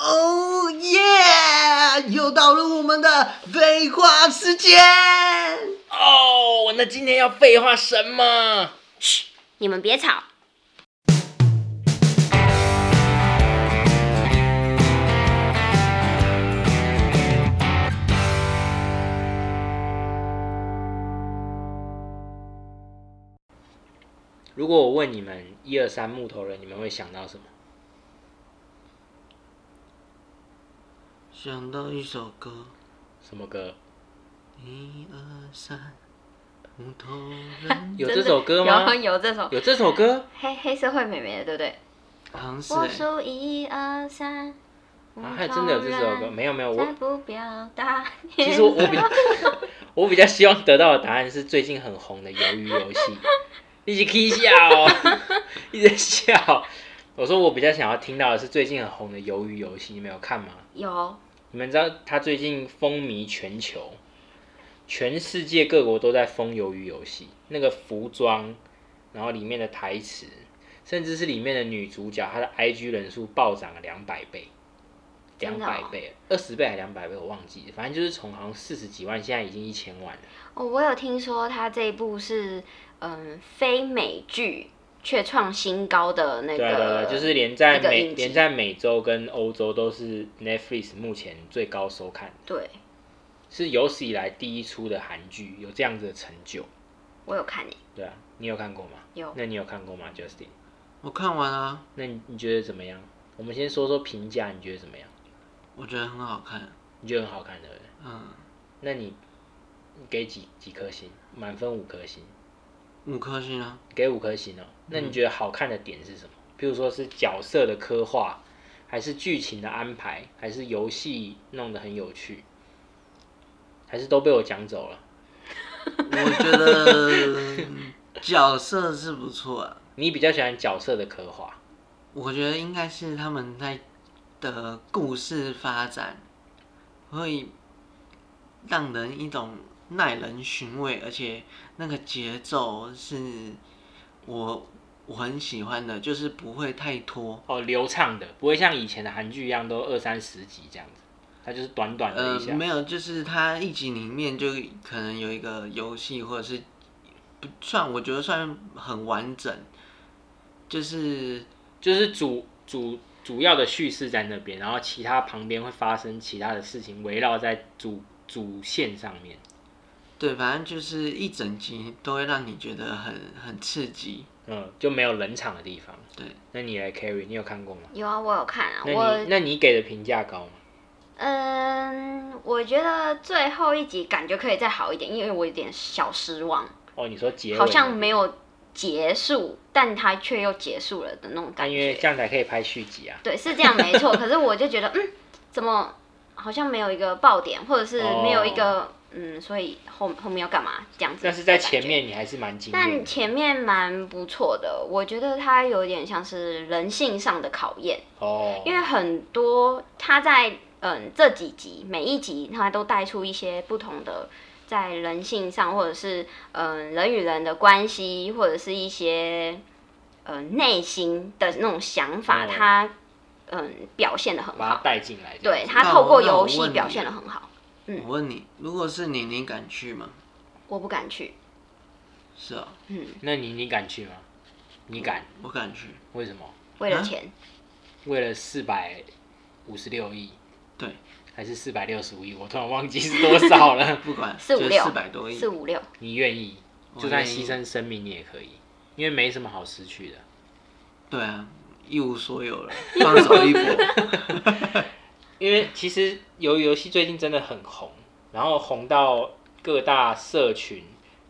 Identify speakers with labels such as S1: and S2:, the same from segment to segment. S1: Oh 又到了我们的废话时间。
S2: 哦，那今天要废话什么？
S3: 嘘，你们别吵。
S2: 如果我问你们一二三木头人，你们会想到什么？
S1: 想到一首歌，
S2: 什么歌？
S1: 一二三，木头人
S2: 有这首歌吗？
S3: 有有这首
S2: 有这首歌？
S3: 黑黑社会妹妹的，对不对？
S1: 好像是
S3: 我
S1: 哎、
S3: 数一二三，
S2: 啊，还真的有这首歌？没有没有，
S3: 再
S2: 我
S3: 不表达。
S2: 其实我我比 较我比较希望得到的答案是最近很红的《鱿鱼游戏》，一起 k 笑哦， 一直笑。我说我比较想要听到的是最近很红的《鱿鱼游戏》，你们有看吗？
S3: 有
S2: 你们知道它最近风靡全球，全世界各国都在疯鱿鱼游戏，那个服装，然后里面的台词，甚至是里面的女主角，她的 IG 人数暴涨了两百倍，
S3: 真
S2: 两
S3: 的哦
S2: 百倍，二十倍还两百倍，我忘记了，反正就是从好像四十几万，现在已经一千万了。
S3: 哦，我有听说他这一部是嗯非美剧却创新高的那个，
S2: 对啊对啊对啊，就是连在
S3: 那个
S2: 美
S3: 影集
S2: 连在美洲跟欧洲都是 Netflix 目前最高收看，
S3: 对
S2: 是有史以来第一出的韩剧有这样子的成就。
S3: 我有看诶，欸
S2: 对啊，你有看过吗？
S3: 有
S2: 那你有看过吗，Justin？
S1: 我看完了、
S2: 那你你觉得怎么样？我们先说说评价，你觉得怎么样？
S1: 我觉得很好看。
S2: 你觉得很好看，对不对？
S1: 嗯，
S2: 那你你给几几颗星？满分五颗星，
S1: 五颗星 啊。
S2: 给五颗星哦。那你觉得好看的点是什么？譬如说是角色的刻画，还是剧情的安排，还是游戏弄得很有趣，还是都被我讲走了？
S1: 我觉得角色是不错啊，
S2: 你比较喜欢角色的刻画，
S1: 我觉得应该是他们在的故事发展会让人一种耐人寻味，而且那个节奏是我我很喜欢的，就是不会太拖。
S2: 哦，流畅的，不会像以前的韩剧一样都二三十集这样子，它就是短短的
S1: 呃
S2: 一，下。
S1: 没有，就是它一集里面就可能有一个游戏，或者是不算，我觉得算很完整，就是
S2: 就是主主主要的叙事在那边，然后其他旁边会发生其他的事情，围绕在主主线上面。
S1: 对，反正就是一整集都会让你觉得很很刺激。
S2: 嗯，就没有冷场的地方。
S1: 对，
S2: 那你来 carry，你有看过吗？
S3: 有啊，我有看啊，
S2: 那
S3: 我
S2: 你那你给的评价高吗？
S3: 嗯，我觉得最后一集感觉可以再好一点，因为我有点小失望，
S2: 哦，你说结尾
S3: 好像
S2: 那
S3: 没有结束，但它却又结束了的那种
S2: 那
S3: 感
S2: 因为
S3: 觉。
S2: 这样才可以拍续集啊。
S3: 对，是这样没 错。可是我就觉得，嗯，怎么好像没有一个爆点，或者是没有一个、嗯，所以后后面要干嘛这样子？
S2: 哦但是在前。面你还是蛮惊艳
S3: 但
S2: 的。
S3: 前面蛮不错的，我觉得它有点像是人性上的考验。
S2: 哦，
S3: 因为很多他在嗯这几集每一集他都带出一些不同的在人性上，或者是嗯人与人的关系，或者是一些呃内心的那种想法，
S2: 嗯
S3: 他嗯表现的很
S2: 把它
S3: 好，
S2: 带进来这样
S3: 对
S2: 子。
S3: 他
S1: 那
S3: 透
S1: 我
S3: 过
S1: 那
S3: 游
S1: 我
S3: 戏
S1: 问
S3: 表
S1: 你
S3: 现的很好。嗯
S1: 我问你，如果是你，你敢去吗？
S3: 我不敢去，
S1: 是哦，
S3: 嗯，
S2: 那你你敢去吗？你敢？
S1: 我敢去。
S2: 为什么？
S3: 为了
S1: 啊
S3: 钱，
S2: 为了四百五十六亿
S1: 对，
S2: 还是四百六十五亿？我突然忘记是多少了。
S1: 不管
S3: 四五六
S1: 四
S2: 啊
S1: 百多亿
S3: 四，五六，
S2: 你愿意，
S1: 我
S2: 就算
S1: 愿意
S2: 牺牲生命你也可以，因为没什么好失去的。
S1: 对啊，一无所有 了，放手一搏。
S2: 因为其实由于游戏最近真的很红，然后红到各大社群、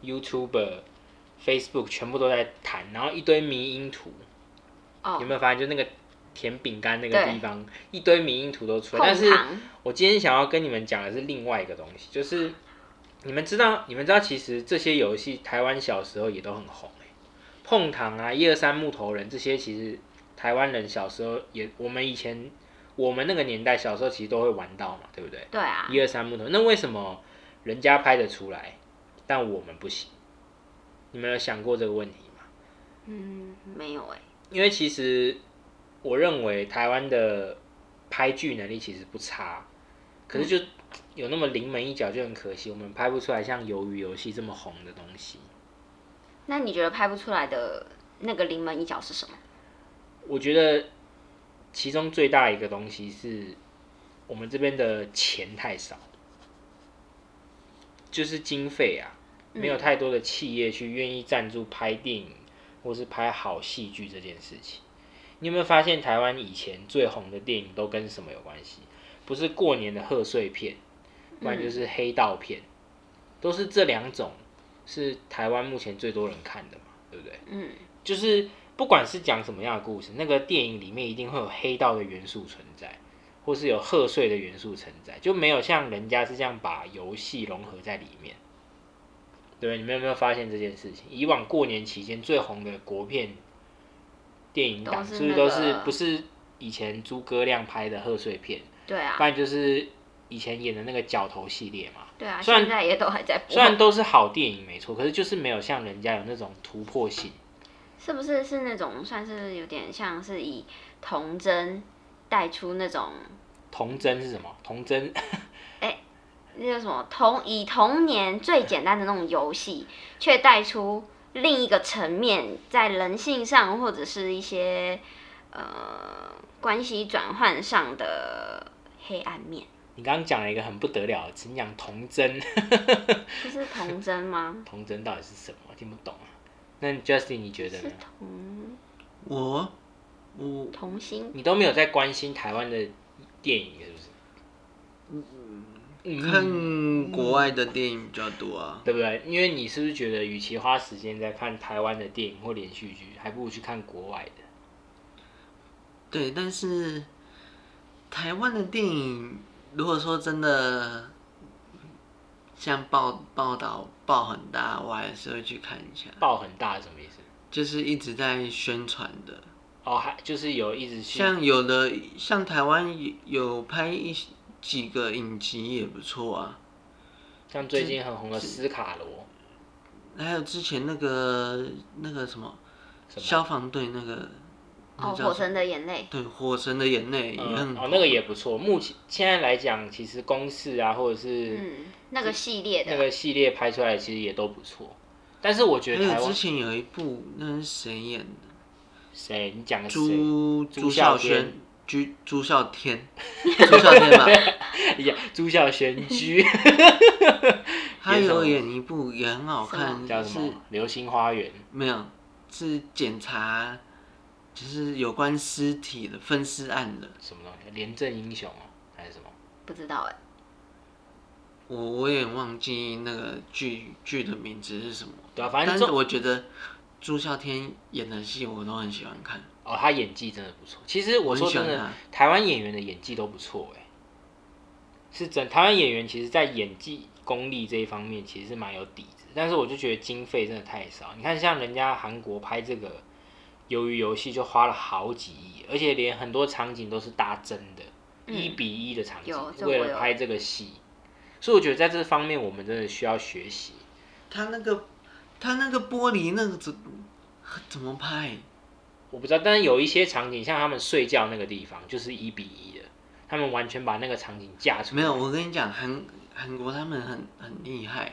S2: YouTuber、Facebook 全部都在谈，然后一堆迷因图，
S3: 哦
S2: 有，没有发现？就那个甜饼干那个地方，一堆迷因图都出来。但
S3: 控
S2: 是
S3: 糖
S2: 我今天想要跟你们讲的是另外一个东西，就是你们知道，你们知道，其实这些游戏台湾小时候也都很红、欸、碰糖啊、一二三木头人这些，其实台湾人小时候也，我们以前我们那个年代小时候其实都会玩到嘛，对不对？
S3: 对啊，
S2: 一二三木头人，那为什么人家拍得出来，但我们不行？你们有想过这个问题吗？
S3: 嗯，没有哎、
S2: 因为其实我认为台湾的拍剧能力其实不差，可是就有那么临门一脚就很可惜，我们拍不出来像《鱿鱼游戏》这么红的东西。
S3: 那你觉得拍不出来的那个临门一脚是什么？
S2: 我觉得其中最大一个东西是我们这边的钱太少，就是经费啊，没有太多的企业去愿意赞助拍电影或是拍好戏剧这件事情。你有没有发现台湾以前最红的电影都跟什么有关系？不是过年的贺岁片，不然就是黑道片，都是这两种是台湾目前最多人看的嘛，对不对？
S3: 嗯，
S2: 就是不管是讲什么样的故事，那个电影里面一定会有黑道的元素存在，或是有贺岁的元素存在，就没有像人家是这样把游戏融合在里面。对，你们有没有发现这件事情？以往过年期间最红的国片电影
S3: 都
S2: 档，
S3: 是
S2: 是不是
S3: 那
S2: 都
S3: 个
S2: 是不是以前诸葛亮拍的贺岁片，
S3: 对啊
S2: 不，然就是以前演的那个角头系列嘛？
S3: 对啊，
S2: 虽然
S3: 现在也都还在播
S2: 虽，然都是好电影没错，可是就是没有像人家有那种突破性。
S3: 是不是是那种算是有点像是以童真带出那种
S2: 童真是什么？童真
S3: 那叫什么童以童年最简单的那种游戏，却带出另一个层面，在人性上或者是一些呃关系转换上的黑暗面，
S2: 你刚刚讲了一个很不得了的词，你讲童真，？
S3: 这是童真吗
S2: 童真到底是什么？听不懂啊。那 Justin 你觉得
S3: 是
S2: 呢？
S3: 童
S1: 我我
S3: 童心，
S2: 你都没有在关心台湾的电影是不是？嗯，
S1: 看国外的电影比较多啊。
S2: 对不对？因为你是不是觉得，与其花时间在看台湾的电影或连续剧，还不如去看国外的？
S1: 对，但是台湾的电影，如果说真的像报报道报很大，我还是会去看一下，
S2: 爆很大是什么意思？
S1: 就是一直在宣传的。
S2: 哦，还就是有一直去
S1: 像有的像台湾有有拍一些几个影集也不错啊，
S2: 像最近很红的斯卡罗，
S1: 还有之前那个那个什么
S2: 什么？
S1: 消防队那个，
S3: 哦，
S1: 那
S3: 火
S1: 叫什么？
S3: 神的眼泪，
S1: 对，火神的眼泪也很
S2: 嗯
S1: 红、
S2: 哦，那个也不错。目前现在来讲，其实公式啊，或者是
S3: 嗯，那个系列
S2: 那
S3: 的，
S2: 个系列拍出来其实也都不错，但是我觉
S1: 还
S2: 得台
S1: 有嗯
S2: 湾
S1: 之前有一部，那是谁演的？
S2: 谁你讲的谁
S1: 朱
S2: 朱
S1: 朱
S2: 孝
S1: 孝
S2: 天
S1: 轩，朱朱孝天， 朱孝天吧，
S2: 呀， 朱孝玄居
S1: 他
S2: 演什
S1: 有
S2: 么
S1: 演一部也很好看，
S2: 叫什
S1: 是
S2: 么？流星花园
S1: 没有是检查，就是有关尸体的分尸案的。
S2: 什么东西？廉政英雄哦，还是什么？
S3: 不知道哎、
S1: 我我也忘记那个剧剧的名字是什么，
S2: 对啊，反正
S1: 但是
S2: 重
S1: 我觉得朱孝天演的戏我都很喜欢看，
S2: 哦，他演技真的不错。其实我
S1: 我很
S2: 说
S1: 喜
S2: 真
S1: 欢
S2: 的，
S1: 他。
S2: 台湾演员的演技都不错哎，是真。台湾演员其实，在演技功力这一方面，其实是蛮有底子。但是我就觉得经费真的太少。你看，像人家韩国拍这个《鱿鱼游戏》就花了好几亿，而且连很多场景都是搭真的，
S3: 嗯
S2: 一、比一的场景
S3: 有，这
S2: 为
S3: 我
S2: 了
S3: 有
S2: 拍这个戏。所以我觉得在这方面，我们真的需要学习。
S1: 他那个他那个玻璃那个怎怎么拍？
S2: 我不知道，但是有一些场景，像他们睡觉那个地方，就是一比一的，他们完全把那个场景架出来。
S1: 没有，我跟你讲，韩韩国他们很很厉害，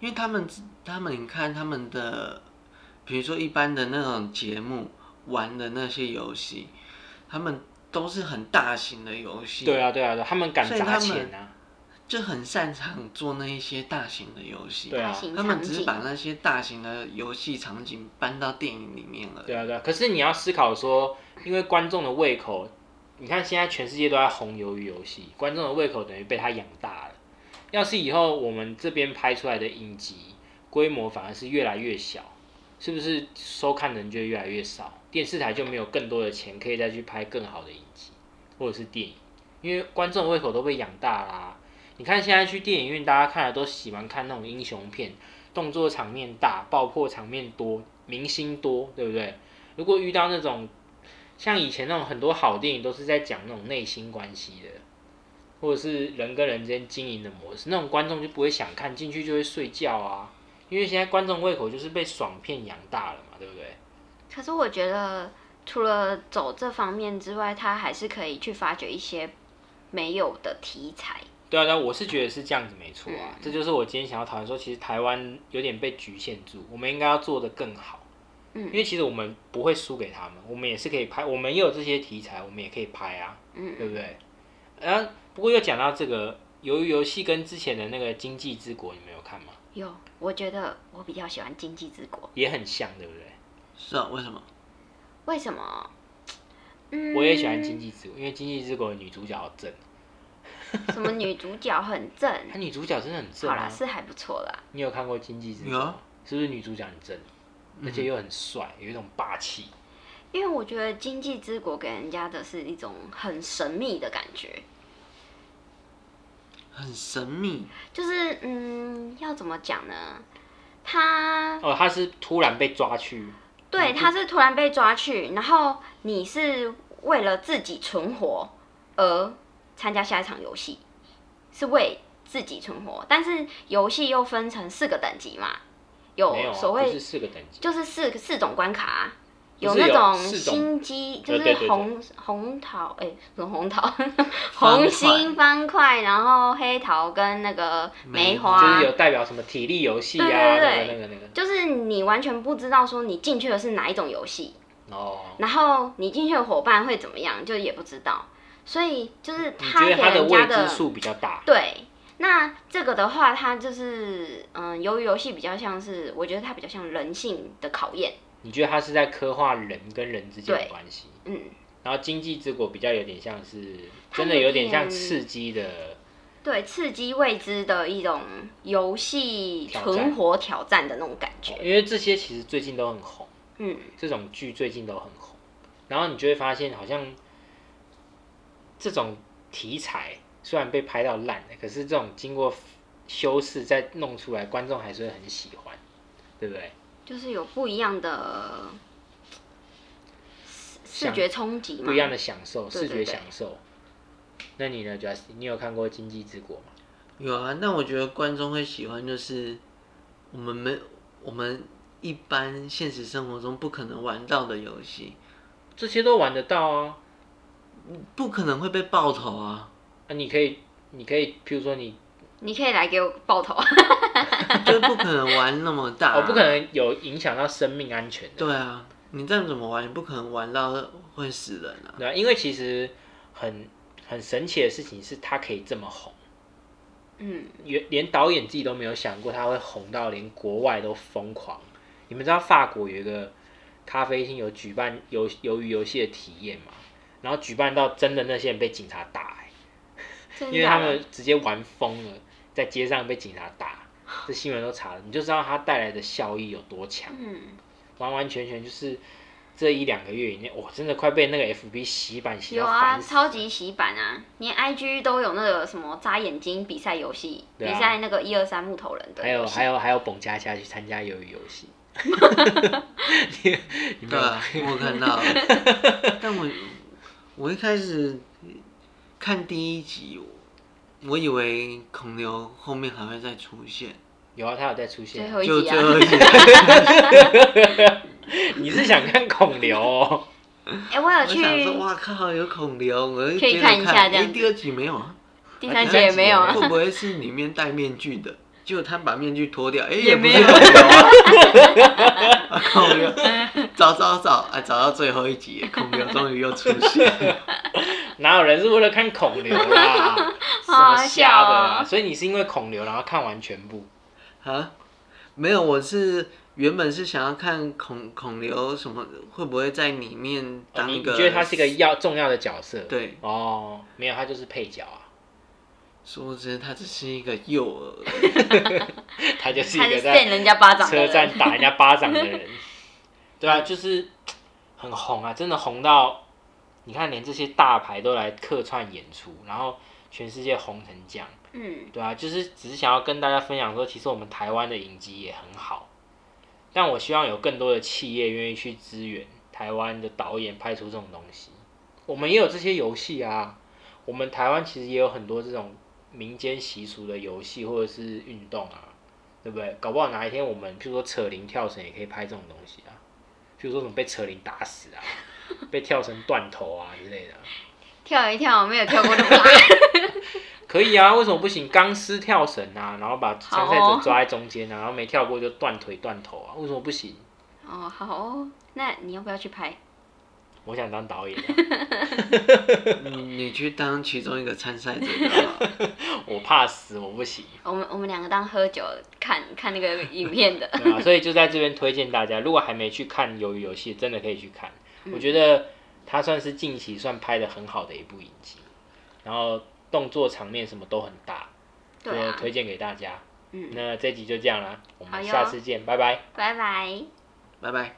S1: 因为他们他们你看他们的，比如说一般的那种节目玩的那些游戏，他们都是很大型的游戏，
S2: 对，啊，对啊，对啊，他们敢
S1: 所以
S2: 砸
S1: 他们
S2: 钱啊。
S1: 就很擅长做那一些大型的游戏。
S2: 对啊
S3: 大型
S1: 他
S3: 场
S1: 们只是
S3: 景，
S1: 把那些大型的游戏场景搬到电影里面而已。
S2: 对啊，对啊。可是你要思考说，因为观众的胃口，你看现在全世界都在红鱿鱼游戏，观众的胃口等于被他养大了。要是以后我们这边拍出来的影集规模反而是越来越小，是不是收看的人就会越来越少？电视台就没有更多的钱可以再去拍更好的影集或者是电影，因为观众的胃口都被养大啦、你看现在去电影院，大家看的都喜欢看那种英雄片，动作场面大，爆破场面多，明星多，对不对？如果遇到那种像以前那种很多好电影都是在讲那种内心关系的，或者是人跟人之间经营的模式，那种观众就不会想看，进去就会睡觉啊。因为现在观众胃口就是被爽片养大了嘛，对不对？
S3: 可是我觉得除了走这方面之外，他还是可以去发掘一些没有的题材。
S2: 对啊，对啊，我是觉得是这样子没错啊，这就是我今天想要讨论说，其实台湾有点被局限住，我们应该要做得更好。
S3: 嗯
S2: 因为其实我们不会输给他们，我们也是可以拍，我们也有这些题材，我们也可以拍啊，
S3: 嗯
S2: 对不对？然后不过又讲到这个鱿鱼游戏跟之前的那个《经济之国》，你们有看吗？
S3: 有，我觉得我比较喜欢《经济之国
S2: 也很像，对不对？》，
S1: 是啊，为什么？
S3: 为什么？嗯，
S2: 我也喜欢《经济之国》，因为《经济之国》的女主角好正，
S3: 什么女主角很 正，
S2: 她女主角真的很正
S3: 好啦，
S2: 啊！
S3: 是还不错啦。
S2: 你有看过《经济之国
S1: 有》啊？
S2: 是不是女主角很正，而且又很帅，有一种霸气？
S3: 因为我觉得《经济之国》给人家的是一种很神秘的感觉，
S1: 很神秘，
S3: 就是嗯，要怎么讲呢？他
S2: 哦，她是突然被抓去，
S3: 对，
S2: 嗯
S3: 他是突然被抓去，然后你是为了自己存活而参加下一场游戏，是为自己存活。但是游戏又分成四个等级嘛，
S2: 没有、
S3: 有
S2: 啊，
S3: 哦所
S2: 不
S3: 谓
S2: 是四个等级，
S3: 就是四四种关卡啊、
S2: 不是
S3: 那
S2: 有
S3: 种
S2: 四种
S3: 心机，就
S2: 呃对
S3: 是
S2: 对对
S3: 红红桃，哎、什么 红桃，
S1: 方
S3: 红
S1: 块
S3: 心方块，然后黑桃跟那个梅
S1: 梅
S3: 花，
S2: 嗯就是有代表什么体力游戏啊，
S3: 对对对
S2: 那个那个那个。
S3: 就是你完全不知道说你进去的是哪一种游戏，
S2: 哦，
S3: 然后你进去的伙伴会怎么样，就也不知道。所以就是
S2: 你
S3: 他
S2: 觉
S3: 给
S2: 得它
S3: 人家
S2: 未
S3: 的
S2: 知数比较大？
S3: 对。那这个的话，它就是嗯，由于游戏比较像是，我觉得它比较像人性的考验，
S2: 你觉得它是在刻画人跟人之间的
S3: 对
S2: 关系？
S3: 嗯，
S2: 然后经济之国比较有点像是，
S3: 它
S2: 真的
S3: 有
S2: 有点
S3: 点
S2: 像刺激的，
S3: 对，刺激未知的一种游戏
S2: 挑战
S3: 存活挑战的那种感觉，
S2: 因为这些其实最近都很红，
S3: 嗯，
S2: 这种剧最近都很红。然后你就会发现，好像这种题材虽然被拍到烂了，可是这种经过修饰再弄出来，观众还是会很喜欢，对不对？
S3: 就是有不一样的视视
S2: 想
S3: 觉冲击嘛，
S2: 不一样的享受，
S3: 嗯对
S2: 视觉
S3: 对对
S2: 享受。那你呢，Justin？你有看过《经济之国》吗？
S1: 有啊。那我觉得观众会喜欢，就是我们没我们一般现实生活中不可能玩到的游戏，
S2: 这些都玩得到啊！
S1: 不可能会被爆头啊。
S2: 啊，你可以，你可以，譬如说你，
S3: 你可以来给我爆头，
S1: 就是不可能玩那么大、
S3: 啊
S2: 哦，不可。能有影响到生命安全的，
S1: 对啊，你再怎么玩，也不可能玩到会死人啊。
S2: 对啊，因为其实很很神奇的事情是，它可以这么红，
S3: 嗯，
S2: 原连导演自己都没有想过，它会红到连国外都疯狂。你们知道法国有一个咖啡厅有举办游鱿鱼游戏的体验吗？然后举办到真的那些人被警察打、欸
S3: 真
S2: 因为
S3: 假
S2: 他
S3: 的
S2: 们直接玩疯了，在街上被警察打，这新闻都查了，你就知道它带来的效益有多强，
S3: 嗯，
S2: 完完全全就是这一两个月以内，我真的快被那个 FB 洗版洗
S3: 有
S2: 到
S3: 啊，
S2: 烦死。
S3: 超级洗版啊！连 IG 都有那个什么扎眼睛比赛游戏，
S2: 对啊
S3: 比赛那个一二三木头人的
S2: 还有
S3: 游戏。
S2: 还有还有，蹦恰恰去参加鱿鱼游戏，你你
S1: 对
S2: 没有
S1: 啊，我看到了。但我我一开始看第一集，我以为孔刘后面还会再出现，
S2: 有啊，他有在出
S3: 最
S2: 现啊。
S3: 后一
S1: 就
S3: 集
S1: 最后一
S3: 啊！
S1: 集。
S2: 你是想看孔 刘、哦？
S3: 哎、我有
S1: 我想说，
S3: 去
S1: 哇靠，有孔刘，我就
S3: 可以
S1: 接着
S3: 看一下这样
S1: 诶第二集没有啊？
S3: 第三集也没有啊
S2: 第，
S1: 会不会是里面戴面具的？结果他把面具脱掉，哎、
S3: 也
S1: 不是
S3: 没有
S1: 孔刘啊。 啊孔刘，找找找，哎，找到最后一集，孔刘终于又出现了。
S2: 哪有人是为了看孔刘啦？什
S3: 好好
S2: 么
S3: 笑
S2: 瞎的啊？
S3: 哦
S2: 所以你是因为孔刘，然后看完全部。
S1: 啊，没有，我是原本是想要看孔孔刘什么会不会在里面
S2: 哦
S1: 当
S2: 你
S1: 一
S2: 你
S1: 个、
S2: 觉得他是一个要重要的角色？
S1: 对，
S2: 哦，没有，他就是配角 啊，
S1: 殊不知他只是一个诱 饵。
S2: 他就是
S3: 他
S2: 一
S3: 是
S2: 个
S3: 扇
S2: 在
S3: 人家巴掌的
S2: 车
S3: 人。
S2: 站打人家巴掌的人。对啊，就是很红啊，真的红到你看，连这些大牌都来客串演出，然后全世界红成这样。
S3: 嗯，
S2: 对啊，就是只是想要跟大家分享说，其实我们台湾的影集也很好，但我希望有更多的企业愿意去支援台湾的导演拍出这种东西。我们也有这些游戏啊，我们台湾其实也有很多这种民间习俗的游戏或者是运动啊，对不对？搞不好哪一天我们譬如说扯铃跳绳也可以拍这种东西啊，譬如说什么被扯铃打死啊， 被跳绳断头啊之类的啊。
S3: 跳一跳，没有跳过那么大。
S2: 可以啊，为什么不行？钢丝跳绳啊，然后把参赛
S3: 好哦
S2: 者抓在中间啊，然后没跳过就断腿断头啊，为什么不行？
S3: 哦，好哦，那你要不要去拍？
S2: 我想当导 演啊、
S1: 你你去当其中一个参赛者就好了。
S2: 我怕死，我不行。，
S3: 我们我们两个当喝酒看看那个影片的
S2: 对啊，所以就在这边推荐大家，如果还没去看《鱿鱼游戏》，真的可以去看。
S3: 嗯
S2: 我觉得它算是近期算拍的很好的一部影集，然后动作场面什么都很大，
S3: 对
S2: 所以
S3: 啊，
S2: 推荐给大家。
S3: 嗯
S2: 那这集就这样啦，我
S3: 好
S2: 们
S3: 哟
S2: 下次见，拜拜。
S3: 拜拜。
S1: 拜拜。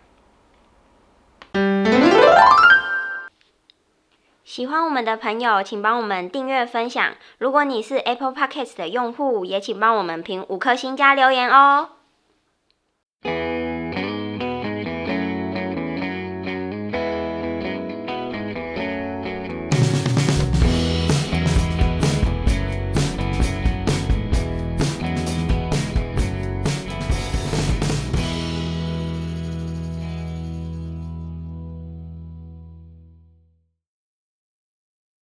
S3: 喜欢我们的朋友，请帮我们订阅分享。如果你是 Apple Podcast 的用户，也请帮我们评五颗星加留言哦。